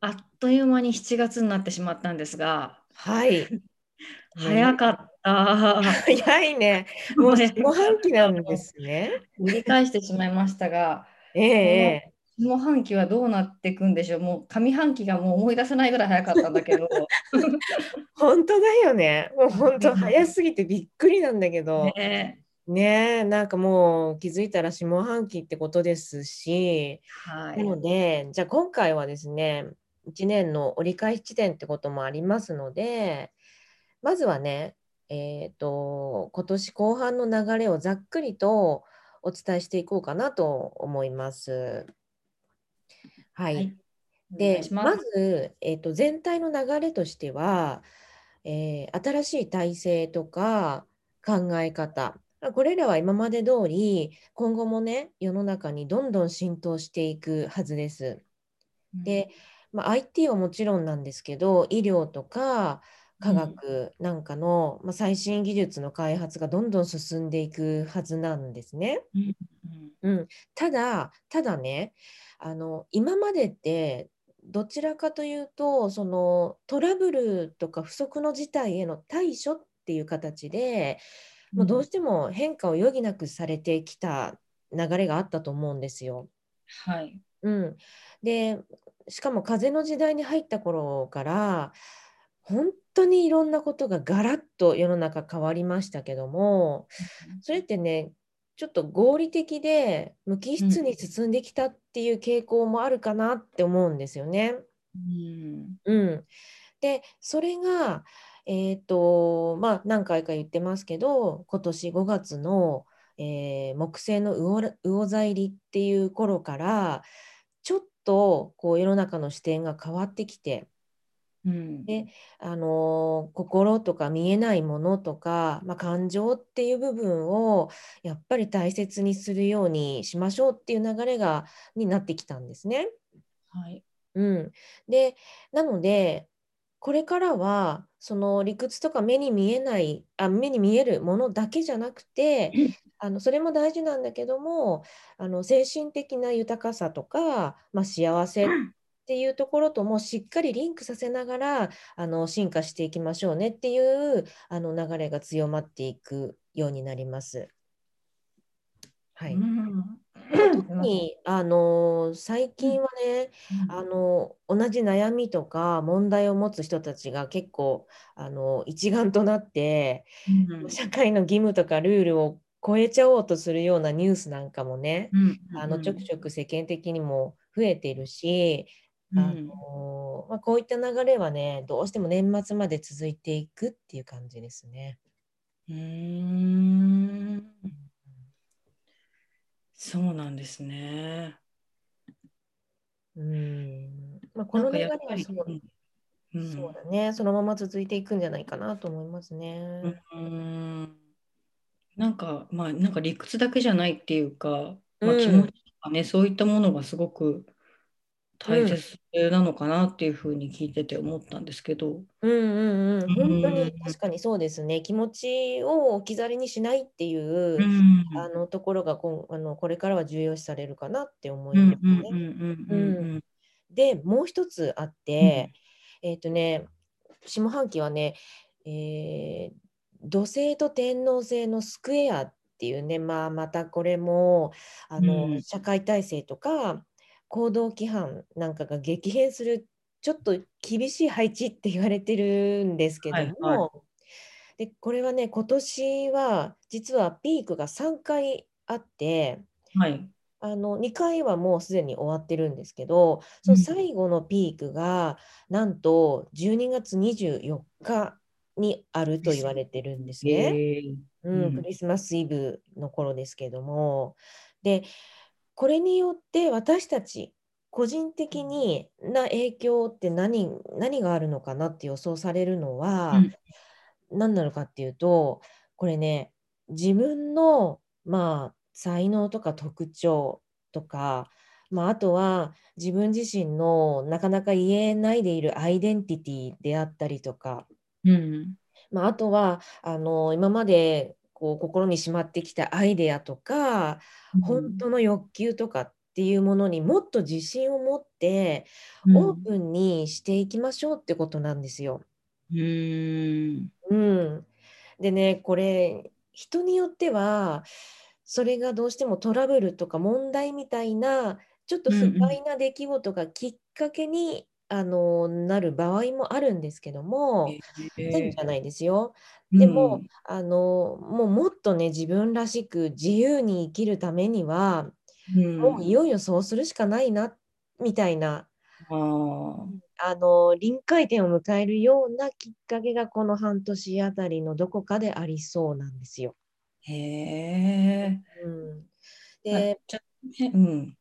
あっという間に7月になってしまったんですが、はい。 早か った。早い ね。もう下半期なんですね。繰り返してしまいましたが、えええ下半期はどうなっていくんでしょう。もう上半期がもう思い出せないぐらい早かったんだけ ど、え本当だよね。もう本当早すぎてびっくりなんだけど。ね、ねえ、なんかもう気づいたら下半期ってことですし。は。ないので、じゃあ今回はですね、1年の折り返し地点ってこともありますので、まずはね、えっ、と、今年後半の流れをざっくりとお伝えしていこうかなと思います。はい。はいお願でい、しま。ますず、えっと、全体の流れとしては、えー新しい体制とか考え方、あこれらは今まで通り、今後もね、世の中にどんどん浸透していくはずです。で、まあ、IT はもちろんなんですけど、医療とか科学なんかの、まあ、最新技術の開発がどんどん進んでいくはずなんですね。うん、うん、ただ、ただね、あの、今までって、どちらかというと、そのトラブルとか不測の事態への対処っていう形で、もうどうしても変化を余儀なくされてきた流れがあったと思うんですよ。はい。うん、で、しかも風の時代に入った頃から、本当にいろんなことがガラッと世の中変わりましたけども、それってね、ちょっと合理的で無機質に進んできたっていう傾向もあるかなって思うんですよね。うん、うん、で、それが、えっと、まあ、何回か言ってますけど、今年5月の、えー木星の魚ら魚座入りっていう頃から、ちょっとこう世の中の視点が変わってきて、うん、であの心とか見えないものとか、まあ、感情っていう部分をやっぱり大切にするようにしましょうっていう流れがになってきたんですね。はい。うん、でなのでこれからはその理屈とか目に見えないあ目に見えるものだけじゃなくてあのそれも大事なんだけどもあの精神的な豊かさとか、まあ、幸せっていうところともしっかりリンクさせながらあの進化していきましょうねっていうあの流れが強まっていくようになります。はうい、ん、特にあの最近はね、あの同じ悩みとか問題を持つ人たちが結構あの一丸となってうん、社会の義務とかルールを超えちゃおうとするようなニュースなんかもねうん、あのちょくちょく世間的にも増えているしうあん、の、まあ、こういった流れはねどうしても年末まで続いていくっていう感じですね。うん、うんそうなんですね。うんまあ、こなのんか流れやっはぱりそ、ううんそうだねそのまま続いていくんじゃないかなと思いますね。うん、うんなんかまあなんか理屈だけじゃないっていうか、まあ、うん気持ちとかね、そういったものがすごく大切なのかなっていうふうに聞いてて思ったんですけど、うんうんうん、うん本当に確かにそうですね、気持ちを置き去りにしないっていうう、ん、あのところがこんあのこれからは重要視されるかなって思ういんますうんうんね。うんうんで、もう一つあっうんて、えっとね、下半期はね、えー土星と天王星のスクエアっていうね、まあ、またこれもあうの、ん社会体制とか行動規範なんかが激変するちょっと厳しい配置って言われてるんですけども、はいはでこれはね今年は実はピークが3回あって。はい、あの2回はもうすでに終わってるんですけど、うそんの最後のピークがなんと12月24日にあると言われてるんですね。えーう、うんんクリスマスイブの頃ですけども。で、これによって私たち個人的にな影響って何、何があるのかなって予想されるのは、何なのかっていうとこれね自分のまあ才能とか特徴とか、まあ、あとは自分自身のなかなか言えないでいるアイデンティティであったりとか、うんまあ、あとはあの今までこう心にしまってきたアイデアとか本当の欲求とかっっていうものにもっと自信を持ってうんオープンにしていきましょうってことなんですよ。うーんうん、でねこれ人によってはそれがどうしてもトラブルとか問題みたいなちょっとう不んうん快な出来事がきっかけに、あのなる場合もあるんですけども全部じゃないですよ。でも、うんあのもうもっとね自分らしく自由に生きるためには、うんもういよいよそうするしかないなみたいなあーあの臨界点を迎えるようなきっかけがこの半年あたりのどこかでありそうなんですよ。へえ。うん、まあでちょっとねうん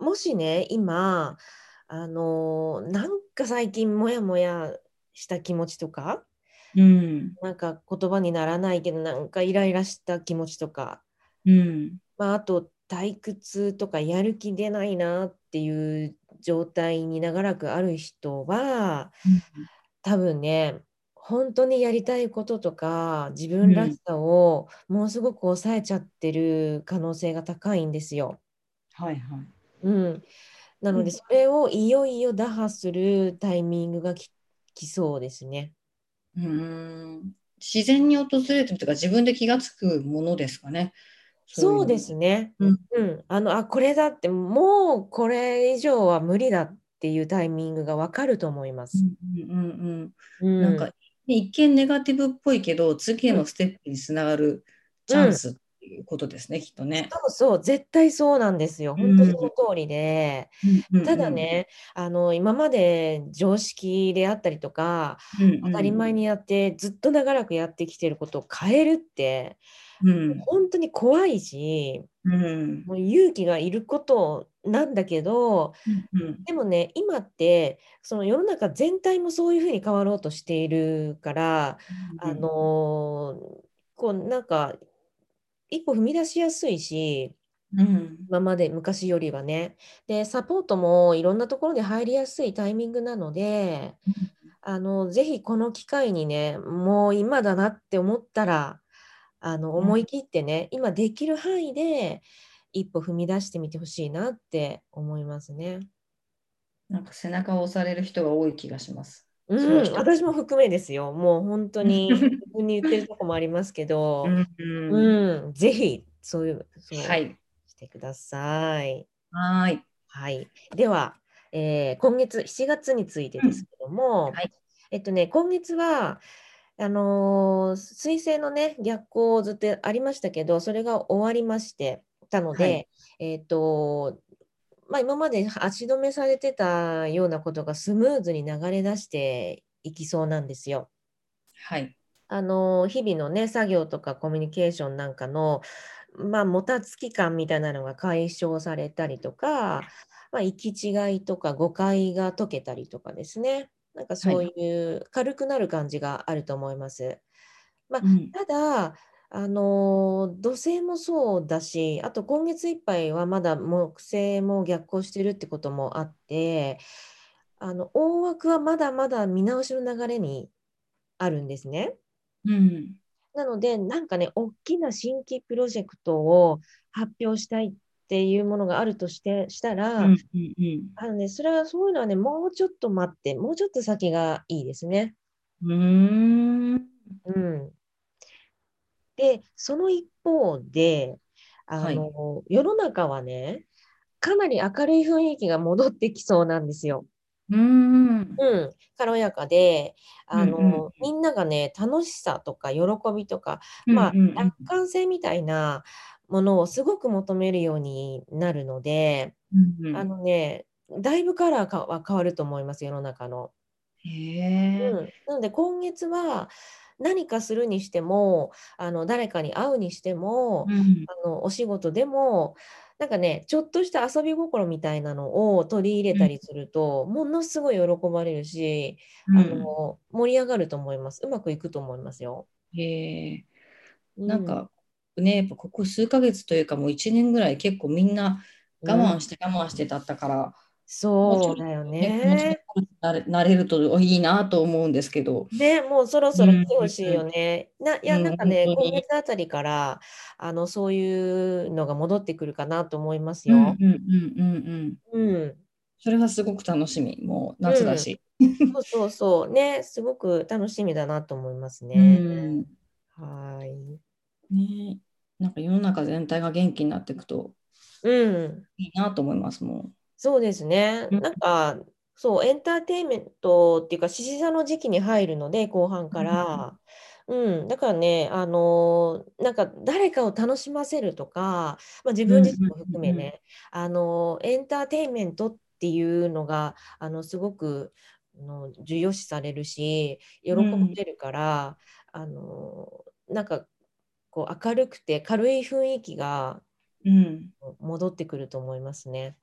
もしね今あのなんか最近モヤモヤした気持ちとかうんなんか言葉にならないけどなんかイライラした気持ちとか、うんまあ、あと退屈とかやる気出ないなっていう状態に長らくある人は多分ね本当にやりたいこととか自分らしさをものすごく抑えちゃってる可能性が高いんですよ。はいはい。うん、なのうんでそれをいよいよ打破するタイミングがききそうですね。うーん自然に訪れてるというか自分で気がつくものですかね。そういのですね。うんうん、あのあこれだってもうこれ以上は無理だっていうタイミングがわかると思いまうす。んうんうんううんん、なんか一見ネガティブっぽいけど次へのステップにつながるチャンスっていうことですね、きっとね。そうそう絶対そうなんですよ。本当その通りで。ただね、あの今まで常識であったりとかうんうん、当たり前にやって、ずっと長らくやってきてることを変えるってうん本当に怖いしうんうんもう勇気がいることなんだけどうんでもね今ってその世の中全体もそういうふうに変わろうとしているから、あのこうなんか一歩踏み出しやすいしうん今まで昔よりはね。で、サポートもいろんなところで入りやすいタイミングなので、あの、ぜひこの機会にね、もう今だなって思ったら、あの、ん思い切ってね、今できる範囲で一歩踏み出してみてほしいなって思いますね。なんか背中を押される人が多い気がします。うんそうですね私も含めですよ。もう本当 に自分に言ってるとこもありますけど、うんうん、ぜひそういう、そうはいしてください。はーいはい、では、えー今月7月についてですけどうも、んはいえっとね、今月はあのー彗星のね逆行ずっとありましたけどそれが終わりましてたので、はいえっとまあ、今まで足止めされてたようなことがスムーズに流れ出していきそうなんですよ。はいあのー日々のね作業とかコミュニケーションなんかの、まあ、もたつき感みたいなのが解消されたりとか、まあ、行き違いとか誤解が解けたりとかですねなんかそういう軽くなる感じがあると思います。まあうんただあのー土星もそうだしあと今月いっぱいはまだ木星も逆行してるってこともあってあの大枠はまだまだ見直しの流れにあるんですね。うんなので、なんかね、大きな新規プロジェクトを発表したいっていうものがあるとしてしたら、うんうんうんあのね、それはそういうのはね、もうちょっと待って、もうちょっと先がいいですね。うーん。うん、で、その一方で、あの、世の中はね、かなり明るい雰囲気が戻ってきそうなんですよ。うーん。うん、軽やかで、あの、うんうんうんみんながね、楽しさとか喜びとか、まあ、うんうん楽観性みたいなものをすごく求めるようになるので、うんうんあのね、だいぶカラーかは変わると思います、世の中の。へえ。うん、なので、今月は何かするにしても、あの誰かに会うにしても、うんあのお仕事でも、なんかね、ちょっとした遊び心みたいなのを取り入れたりすると、ものすごい喜ばれるし、あの盛り上がると思います。うまくいくと思いますよ。へえ。うなんか、ね、やっぱここ数ヶ月というか、もう一年ぐらい結構みんな我うん慢して我慢してだったから、もうちょそっうだよとね、このね。先なれなれるといいなと思うんですけど。ね、もうそろそろ来てほしいよね。な、いや、なんかね、うん本当に今月あたりから、あの、そういうのが戻ってくるかなと思いますうんうんよ。うんうんうん。うん。それはすごく楽しみ。もう夏だし。そうそうそう。ね、すごく楽しみだなと思いますうね。ん。はーい。ね。なんか世の中全体が元気になっていくとうん。いいなと思いますもそうですね。うんなんか、そう、エンターテインメントっていうか、獅子座の時期に入るので、後半から。うん、だからね、あのーなんか誰かを楽しませるとか、まあ、自分自身も含めうんうんうんね、あのーエンターテインメントっていうのが、あの、すごく、あの、重要視されるし、喜うんばれるから、あのーなんか、こう、明るくて軽い雰囲気がう。うん。戻ってくると思いますね。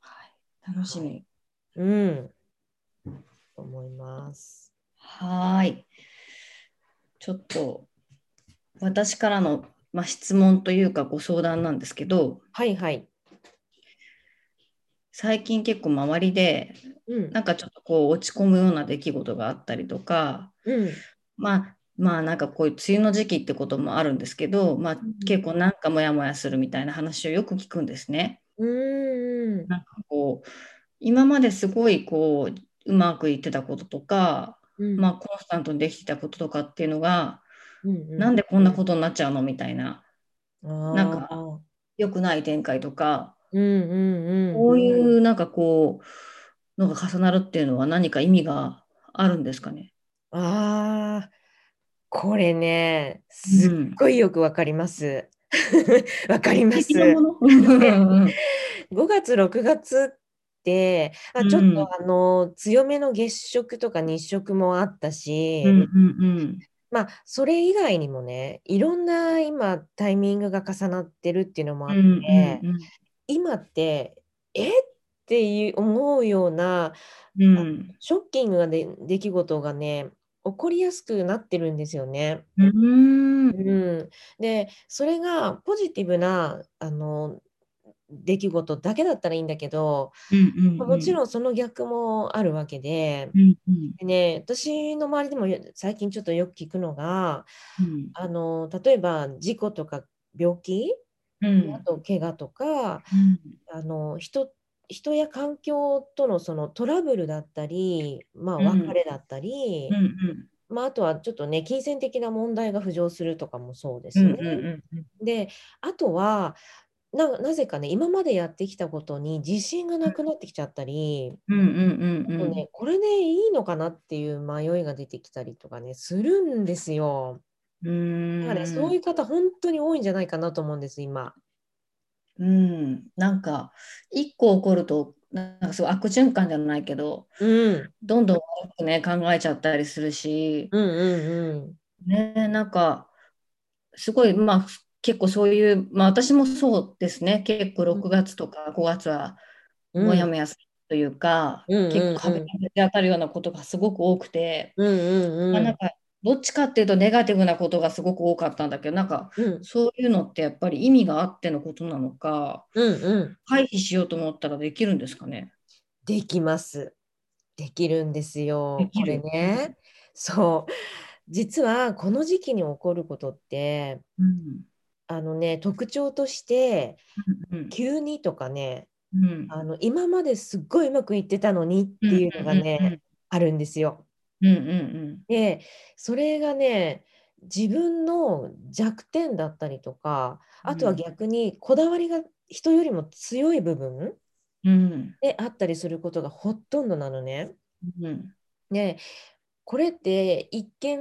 はい。楽しみ。うん。と思います。はーい。ちょっと私からの、まあ、質問というかご相談なんですけど、はいはい。最近結構周りでうん。なんかちょっとこう落ち込むような出来事があったりとか、うん。まあまあなんかこういう梅雨の時期ってこともあるんですけど、まあん結構なんかモヤモヤするみたいな話をよく聞くんですね。うん。なんかこう今まですごいこううまくいってたこととか、うん。まあコンスタントにできてたこととかっていうのが、うんうんなんでこんなことになっちゃうのみたいななんか良くない展開とか、うんうんうん。こういうなんかこうのが重なるっていうのは何か意味があるんですかね。ああ。これね、すっごいよくわかります。 わ、かります。5のうんうん月6月って、あちょうっんとあの、強めの月食とか日食もあったし、うんまあ、それ以外にもね、いろんな今、タイミングが重なってるっていうのもあうって、ん今って、えっていう思うようなうんうんショッキングなで出来事がね、起こりやすくなってるんですよね。うんうん、で、それがポジティブな、あの、出来事だけだったらいいんだけど、うんもちんろんその逆もあるわけで、うんうんでね、私の周りでもよ最近ちょっとよく聞くのが、うんあの例えば事故とか病気、うんあと怪我とかあの人人や環境とのそのトラブルだったり、まあ、うん別れだったり、うんうんまあ、あとはちょっとね金銭的な問題が浮上するとかもそうですうんね。うんであとはななぜかね今までやってきたことに自信がなくなってきちゃったり、うんうんあうとんね、これでいいのかなっていう迷いが出てきたりとかねするんですよ。うんだからね、そういう方本当に多いんじゃないかなと思うんです今。うんなんか一個起こるとなんかすごい悪循環じゃないけどうん、どんどん悪くね考えちゃったりするしうんうんねなんかすごいまあ結構そういうまあ私もそうですね結構6月とか5月はうん。もやもやするというか、うんうんうん結構壁にぶち当たるようなことがすごく多くて、うんうんまあうん。なんかどっちかっていうとネガティブなことがすごく多かったんだけどなんかうんそういうのってやっぱり意味があってのことなのかうんうん。回避しようと思ったらできるんですかね。できます。できるんですでよ。きこれるね。そう。実はこの時期に起こることって、うんあのね、特徴として、うん急にとかね、うんあの今まですっごいうまくいってたのにっていうのがね、あるんですよ。うんうんうんで、それがね、自分の弱点だったりとか、あとは逆にこだわりが人よりも強い部分うんであったりすることがほとんどなのね。うんうんねこれって一見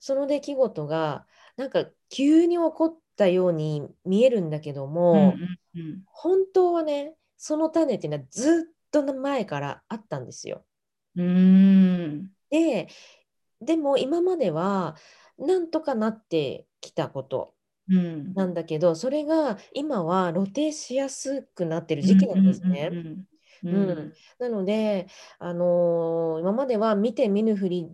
その出来事がなんか急に起こったように見えるんだけどうんも、うんうん本当はねその種っていうのはずっと前からあったんですよ。うーんででも今まではなんとかなってきたことうんなんだけどそれが今は露呈しやすくなってる時期なんですね。うんううんん、なので、あのー今までは見て見ぬふり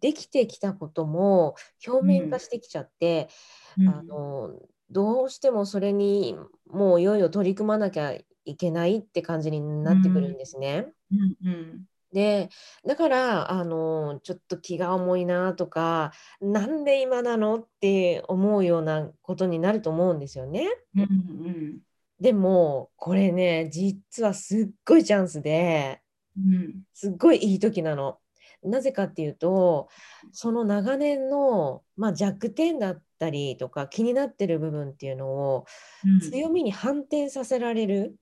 できてきたことも表面化してきちゃって、うんうんあのーどうしてもそれにもういよいよ取り組まなきゃいけないって感じになってくるんですね。うんうんでだからあのちょっと気が重いなとかなんで今なのって思うようなことになると思うんですよね。うんうんでもこれね実はすっごいチャンスでうんすっごいいい時なの。なぜかっていうとその長年の、まあ、弱点だったりとか気になってる部分っていうのをうん強みに反転させられる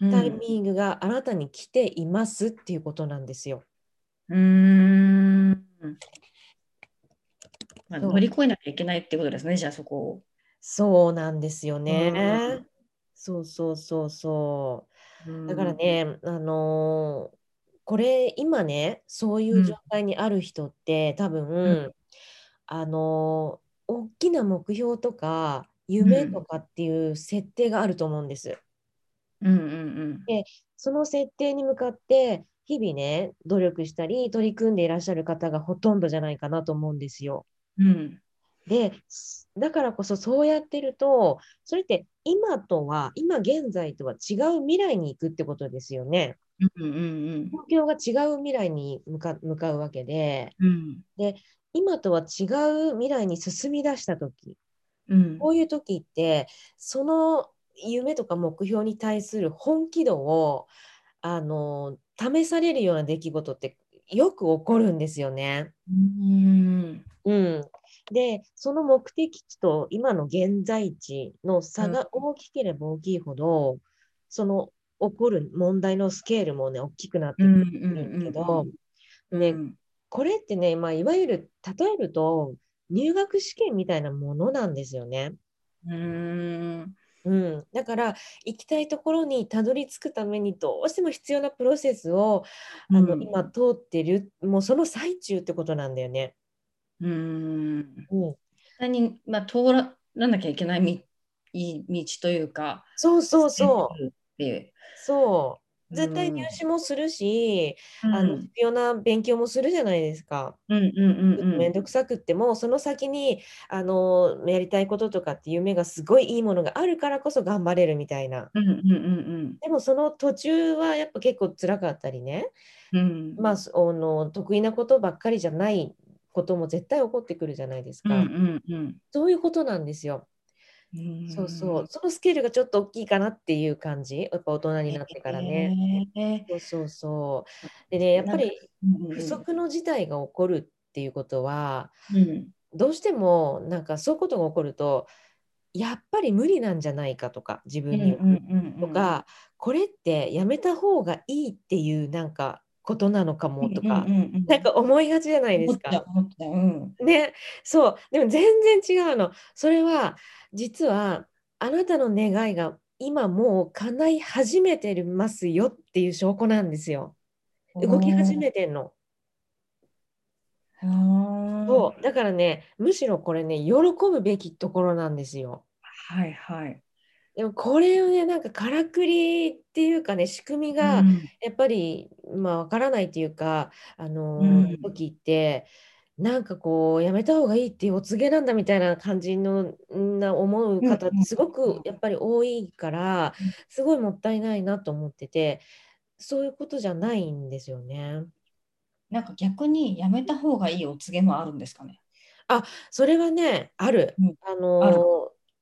うんタイミングがあなたに来ていますっていうことなんですよ。うーんまあ、そう乗り越えなきゃいけないってことですね、じゃあそこを。そうなんですよね。うんそうそうそうそうう。だから、ね、あのーこれ今ねそういう状態にある人って、多分、んあのー大きな目標とか夢とかっていう設定があると思うんです。うんうんその設定に向かって日々ね努力したり取り組んでいらっしゃる方がほとんどじゃないかなと思うんですよ。うん。うんで、すだからこそそうやってると、それって今とは、今現在とは違う未来に行くってことですよね。うんうん東京が違う未来に向か向かうわけで、うん今とは違う未来に進み出したとき、うんこういうときって、その夢とか目標に対する本気度を、あの、試されるような出来事ってよく起こるんですよね。うんうん、でその目的地と今の現在地の差が大きければ大きいほど、その起こる問題のスケールもね大きくなってうんくうるんだけど、んうんねうんこれってね、まあ、いわゆる例えると入学試験みたいなものなんですよね。うんうん、だから行きたいところにたどり着くためにどうしても必要なプロセスを、あのうん今通ってるもうその最中ってことなんだよね。うんうん、実際に、まあ、通らなきゃいけないみいい道というか、そうそうそう。う。っていうそう。うん絶対入試もするし、あうのん必要な勉強もするじゃないですか。うんうんうんめんどくさくっても、その先にあのやりたいこととかって夢がすごいいいものがあるからこそ頑張れるみたいな。うんうんうんでもその途中はやっぱ結構辛かったりね、うんうんまあ、そあの得意なことばっかりじゃないことも絶対起こってくるじゃないですうんか。うんそういうことなんですよ。うんそうそう。そのスケールがちょっと大きいかなっていう感じ。やっぱ大人になってからね。へーそうそうそう。でね、やっぱりうんうん不測の事態が起こるっていうことはうんどうしてもなんかそういうことが起こるとやっぱり無理なんじゃないかとか自分には、とかこれってやめた方がいいっていうなんかことなのかもとか、うんうんうんなんか思いがちじゃないで思っすたか。思ったうんね、そうでも全然違うのそれは実はあなたの願いが今もう叶い始めてますよっていう証拠なんですよ動き始めてんの。あーそうだからねむしろこれね喜ぶべきところなんですよ。はいはいでもこれをねなんかからくりっていうかね仕組みがうんやっぱり、まあわからないっていうかあのうんー時ってなんかこうやめた方がいいっていうお告げなんだみたいな感じのな思う方っうんてすごくやっぱり多いからうんすごいもったいないなと思っててそういうことじゃないんですよね。なんか逆にやめた方がいいお告げもあるんですかねそれはね、ある。うんあのある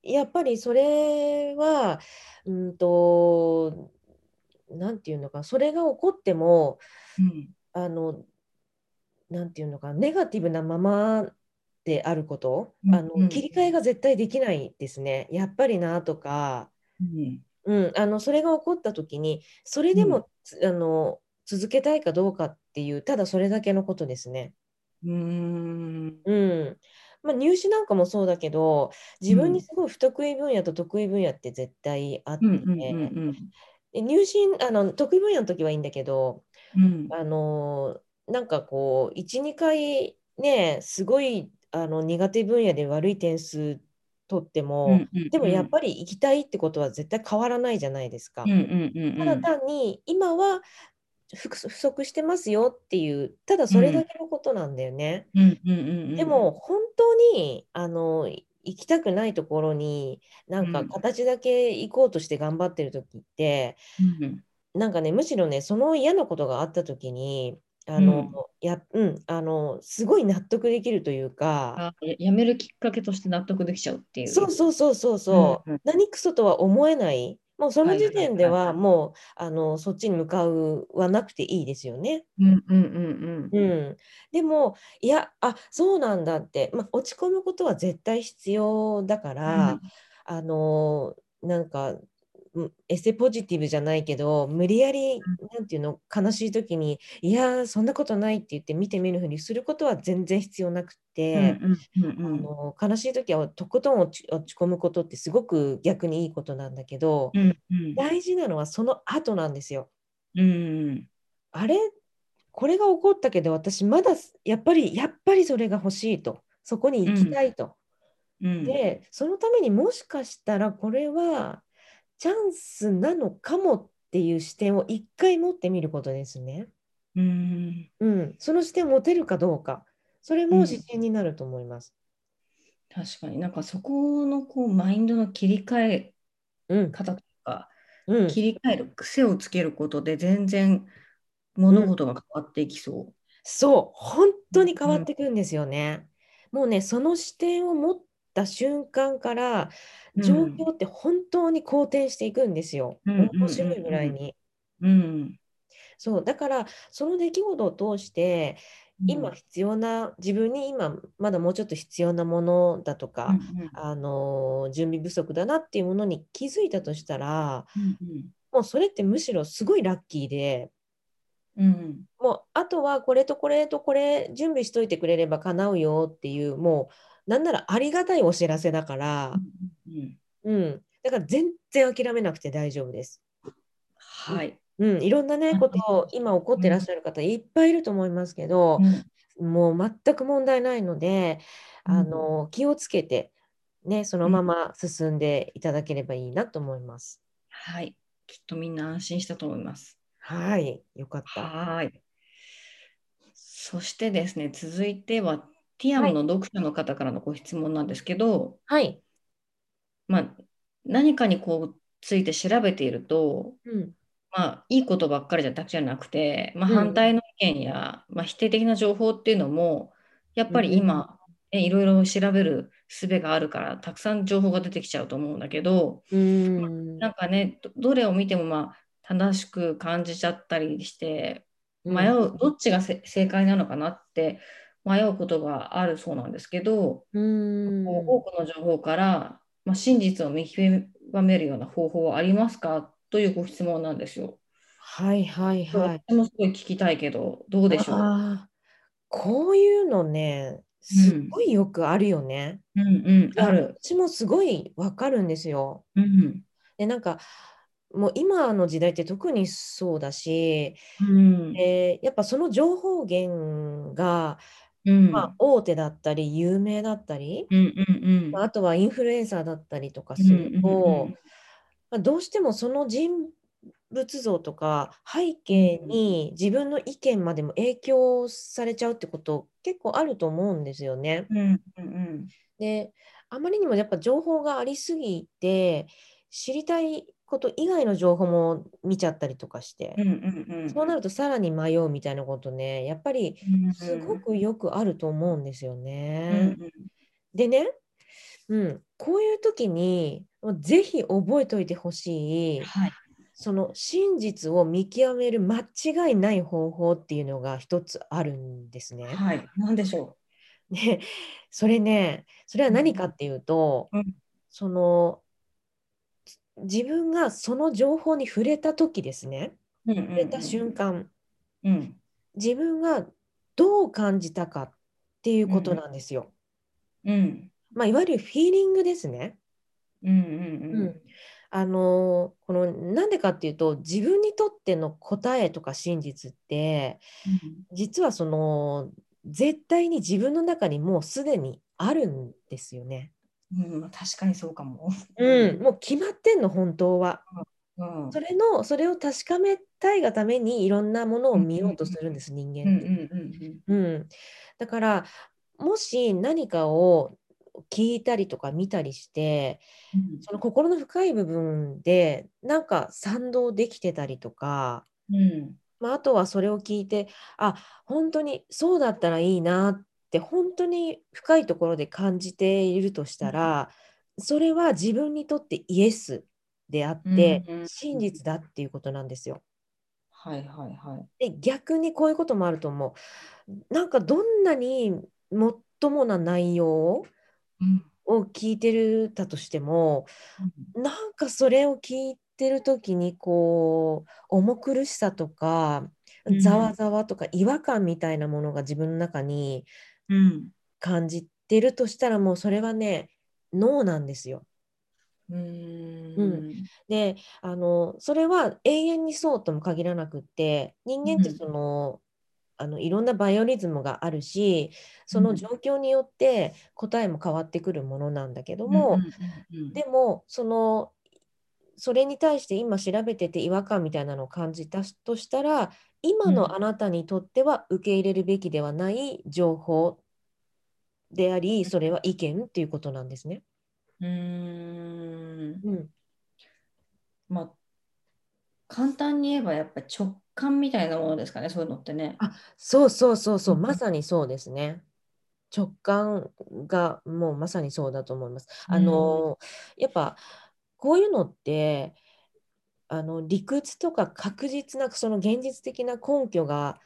やっぱりそれは、うんと、なんていうのか、それが起こっても、うんあの、なんていうのか、ネガティブなままであること、うんあの、うん切り替えが絶対できないですね。やっぱりなとか、うんうん、あの、それが起こった時に、それでうんも、つあの、続けたいかどうかっていう、ただそれだけのことですね。うーんうんまあ、入試なんかもそうだけど自分にすごい不得意分野と得意分野って絶対あって、うんうんうんで入試あの得意分野の時はいいんだけどうんあのーなんかこう12回ねすごいあの苦手分野で悪い点数取っても、でもやっぱり行きたいってことは絶対変わらないじゃないですか。うんうんうんうんただ単に今は不不足してますよっていうただそれだけのことなんだよね。うんうんうんうんでも本当にあのい行きたくないところになんうかん形だけ行こうとして頑張ってる時って、うんなんかねむしろねその嫌なことがあった時にあの、やうんあのすごい納得できるというか、あややめるきっかけとして納得できちゃうっていう。そうそうそうそうそう、うんうん何クソとは思えないもうその時点ではいはいはいははいもうあのそっちに向かうはなくていいですよね。うんうんうんうん。うん、でもいやあそうなんだって、まあ、落ち込むことは絶対必要だから、うんあのなんかうんエセポジティブじゃないけど無理やりなんていうの悲しい時に「いやーそんなことない」って言って見て見ぬふりすることは全然必要なくうて、んうんうんあうんの悲しい時はとことん落ち落ち込むことってすごく逆にいいことなんだけど、うんうん大事なのはその後なんですよ。うんあれこれが起こったけど私まだやっぱりやっぱりそれが欲しいとそこに行きたいと。うんでそのためにもしかしたらこれはチャンスなのかもっていう視点を一回持ってみることですね。うんうん、その視点を持てるかどうかそれうんも自信になると思います。確かになんかそこのこうマインドの切り替えうん、方とかうん、切り替える癖をつけることで全然物事が変わっていきそう。そう本当に変わってくるんですよね。もうねその視点を持った瞬間から状況って本当に好転していくんですよ。うん面白いぐらいに。うんそうだからその出来事を通して今必要な自分に今まだもうちょっと必要なものだとうか、んあのー準備不足だなっていうものに気づいたとしたらうんもうそれってむしろすごいラッキーでうんもうあとはこれとこれとこれ準備しといてくれれば叶うよっていうもうなんならありがたいお知らせだから、うんうん、だから全然諦めなくて大丈夫です。はい。うん、いろんなねことを今起こってらっしゃる方いっぱいいると思いますけど、もう全く問題ないので、うんあの気をつけて、ね、そのまま進んでいただければいいなと思います。はい。きっとみんな安心したと思います。はい、よかった。はい。そしてですね、続いてはティアムの読者の方からのご質問なんですけど、はい、まあ、何かにこうついて調べていると、うん、まあ、いいことばっかりじゃだけじゃなくて、まあ、うん反対の意見や、まあ、否定的な情報っていうのもやっぱり今、ねいろいろ調べる術があるからたくさん情報が出てきちゃうと思うんだけどうーん、なんかねどどれを見てもまあ正しく感じちゃったりして迷ううどっちがせ正解なのかなって迷うことがあるそうなんですけど、ーん。こう多くの情報から、まあ、真実を見極めるような方法はありますかというご質問なんですよ。はい、はい、はい。私もすごい聞きたいけど、どうでしょう。あーこういうのね、すっごいよくあるよね。うんうん、ある。私もすごいわかるんですよ。うん。で、なんか、もう今の時代って特にそうだし、うん。でやっぱその情報源が、うん。まあ、大手だったり有名だったり、うんうんうん。まあ、あとはインフルエンサーだったりとかすうんると、まあ、どうしてもその人物像とか背景に自分の意見までも影響されちゃうってこと結構あると思うんですよね。うんうんうんであまりにもやっぱ情報がありすぎて知りたいこと以外の情報も見ちゃったりとかして、うんうんうん。そうなるとさらに迷うみたいなことねやっぱりうんうんすごくよくあると思うんですようね。んでね、うん、こういう時にもうぜひ覚えておいてほしうん。いはい。その真実を見極める間違いない方法っていうのが一つあるんですね。はい。なんでしょ でそれねそれは何かっていうと、うんその自分がその情報に触れた時ですねう。うんうん触れた瞬間うん。自分がどう感じたかっていうことなんですよ。うん。まあ、いわゆるフィーリングですね。うんうんうん。あのーこのなんでかっていうと自分にとっての答えとか真実って実はその絶対に自分の中にもうすでにあるんですよね。うん。うん。確かにそうかも。うん、もう決まってんの本当は。うん。それのそれを確かめたいがためにいろんなものを見ようとするんです人うんう間んって。うんうん、だからもし何かを聞いたりとか見たりしてうん。その心の深い部分でなんか賛同できてたりとか、うん。まあ、あとはそれを聞いてあ本当にそうだったらいいなって本当に深いところで感じているとしたら、それは自分にとってイエスであって、うんうん真実だっていうことなんですよ。はいはいはい。で逆にこういうこともあると思う。なんかどんなにもっともな内容うんを聞いてるだとしてもなんかそれを聞いてる時にこう重苦しさとかうんざわざわとか違和感みたいなものが自分の中にうん感じてるとしたらもうそれはね脳なんですよ。うーうんであのそれは永遠にそうとも限らなくって人間ってうんその,、あのいろんなバイオリズムがあるしそうのん状況によって答えも変わってくるものなんだけどうも、んうんうんでもそのそれに対して今調べてて違和感みたいなのを感じたとしたら今のあなたにとっては受け入れるべきではない情報でありそれは意見っていうことなんですね。うーんうん、まあ簡単に言えばやっぱ直感みたいなものですかねそういうのってね。あそうそうそうそううんまさにそうですね。直感がもうまさにそうだと思います。あのやっぱこういうのってあの理屈とか確実なその現実的な根拠が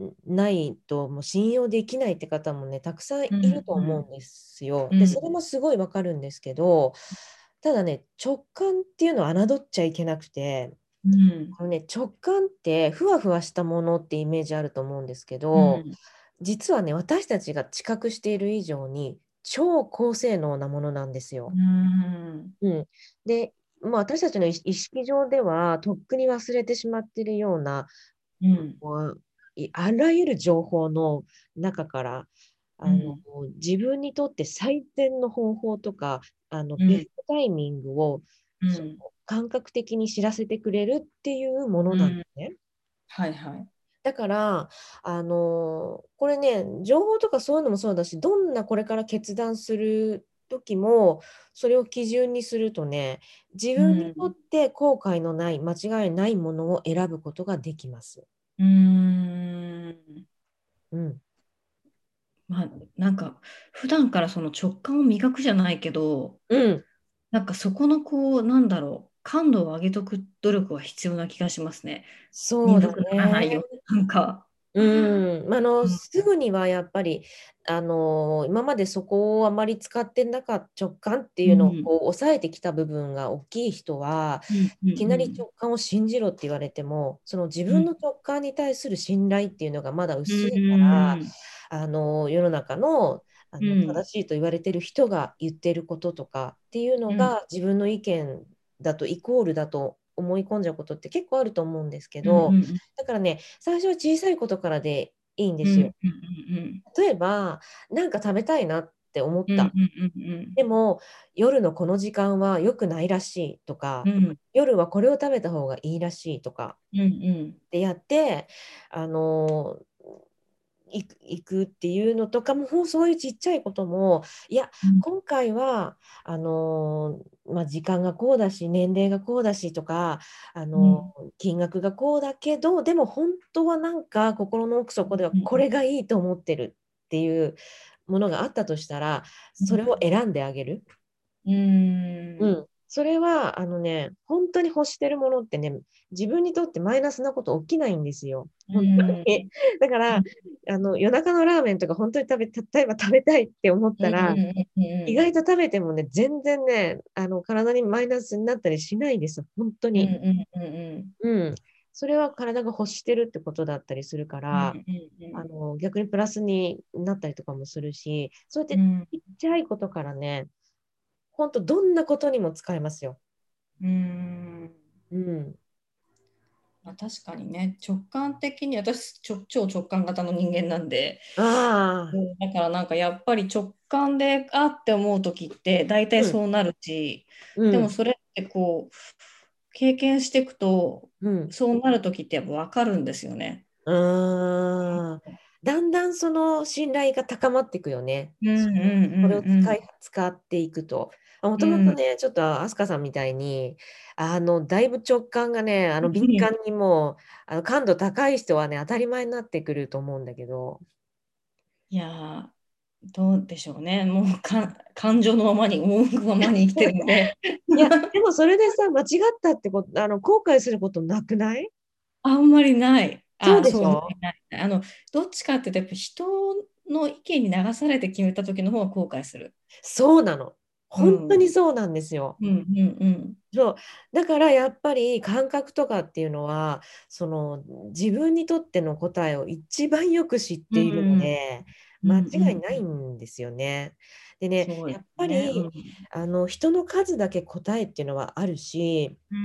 んないともう信用できないって方もねたくさんいると思うんですよ。うんうでんそれもすごいわかるんですけどただね直感っていうのは侮っちゃいけなくて。うんあのね、直感ってふわふわしたものってイメージあると思うんですけうど、ん実はね私たちが知覚している以上に超高性能なものなんですよ。うんうん、で、まあ、私たちの意意識上ではとっくに忘れてしまっているようなうんもういあらゆる情報の中からあの、自分にとって最善の方法とかあのうんベストタイミングをうんその感覚的に知らせてくれるっていうものなんですね。はいはい。だから、あのーこれね、情報とかそういうのもそうだし、どんなこれから決断する時も、それを基準にするとね、自分にとって後悔のない、間違いないものを選ぶことができます。うーんうん、まあなんか普段からその直感を磨くじゃないけどうん、なんかそこのこうなんだろう感度を上げとく努力は必要な気がしますね。そうだ鈍くならないね。ようになんか。うん、まああうのんすぐにはやっぱりあの今までそこをあまり使ってなかった直感っていうのをうんこう抑えてきた部分が大きい人は、いきなり直感を信じろって言われても、その自分の直感に対する信頼っていうのがまだ薄いから、あの世の中のあの、うん正しいと言われてる人が言ってることとかっていうのが、自分の意見だとイコールだと思い込んじゃうことって結構あると思うんですけど、だからね最初は小さいことからでいいんですよ。例えばなんか食べたいなって思った、でも夜のこの時間は良くないらしいとか、夜はこれを食べた方がいいらしいとかってやって、あの行く行くっていうのとかもほんそういうちっちゃいこともいや今回はあの、まあ、時間がこうだし年齢がこうだしとか、あの金額がこうだけどでも本当はなんか心の奥底ではうんうんこれがいいと思ってるっていうものがあったとしたらそれを選んであげる。うん、それはあのね本当に欲してるものってね自分にとってマイナスなこと起きないんですよ。本当にだから、うんあの夜中のラーメンとか本当に食べ例えば食べたいって思ったら、意外と食べてもね全然ねあの体にマイナスになったりしないです本当に、うんそれは体が欲してるってことだったりするから、あの逆にプラスになったりとかもするしそうやってちっちゃいことからね本当どんなことにも使えますよ。うん確かにね直感的に私超直感型の人間なんでああ、だからなんかやっぱり直感であって思う時って大体そうなるし、うん、でもそれってこう経験していくとうん、そうなる時ってやっぱ分かるんですよね。うーんだんだんんその信頼が高まっていくよね。うんうんうんうんこれを使い使っていくと。もともとね、ちょっと飛鳥さんみたいに、あの、だいぶ直感がね、あの、うん敏感にもう、あの、感度高い人はね、当たり前になってくると思うんだけど、いやーどうでしょうね。もうか感情のままに、赴くままに生きてるんで。いや、でもそれでさ、間違ったってこと、あの、後悔することなくない あんまりない。あそうでしょうないないあのどっちかっていうとやっぱ人の意見に流されて決めた時の方が後悔する。そうなの。うん本当にそうなんですよ。うんうんそうだからやっぱり感覚とかっていうのはその自分にとっての答えを一番よく知っているのうん。で、間違いないんですよね。でねそうですねやっぱり、あの人の数だけ答えっていうのはあるし、うんう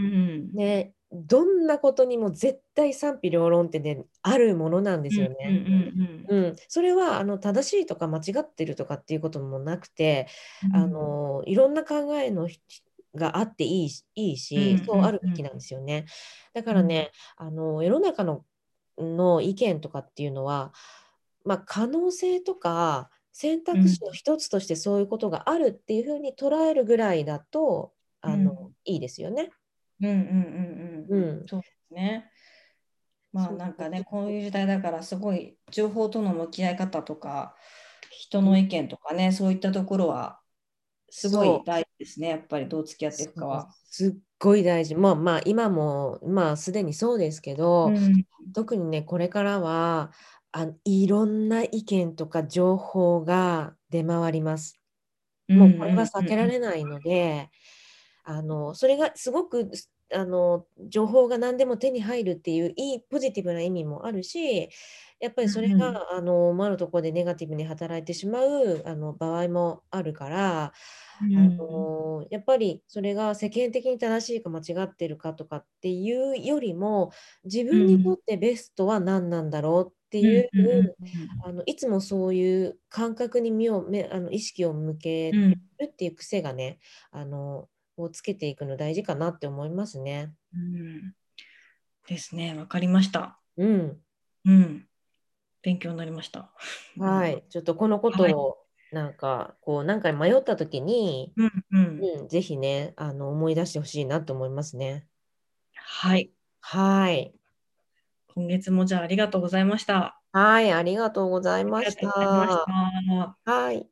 んね、どんなことにも絶対賛否両論って、ね、あるものなんですよね。うんうんうんうん、それはあの正しいとか間違ってるとかっていうこともなくて、うんあのいろんな考えのひがあっていいし、いいし、うんそうあるべきなんですよね。だからね、あの世の中のの意見とかっていうのは、まあ、可能性とか選択肢の一つとしてそういうことがあるっていうふうに捉えるぐらいだと、あのいいですよね。うんうんうんううんん、そうですね。まあそうなんかねこういう時代だからすごい情報との向き合い方とか人の意見とかねそういったところはすごそうい大事ですねやっぱりどう付き合っていくかは。すっごい大事。まあまあ今も、まあすでにそうですけど、うん特にねこれからはあいろんな意見とか情報が出回ります。もうこれは避けられないので、あのそれがすごくあの情報が何でも手に入るっていういいポジティブな意味もあるしやっぱりそれが、うんうあの思わぬところでネガティブに働いてしまうあの場合もあるから、うんあのやっぱりそれが世間的に正しいか間違ってるかとかっていうよりも自分にとってベストは何なんだろうっていう、うんうんうんあのいつもそういう感覚に身をめあの意識を向けうんうんるっていう癖がね、あのをつけていくの大事かなって思いますね。うんですねわかりました。うん、うん勉強になりました。はい、ちょっとこのことはいをなんかこう何回迷った時に、うんうんうん、ぜひねあの思い出してほしいなと思いますね。はいはい。今月もじゃあありがとうございました。はい、ありがとうございあまりがし。とうございましたた。はい。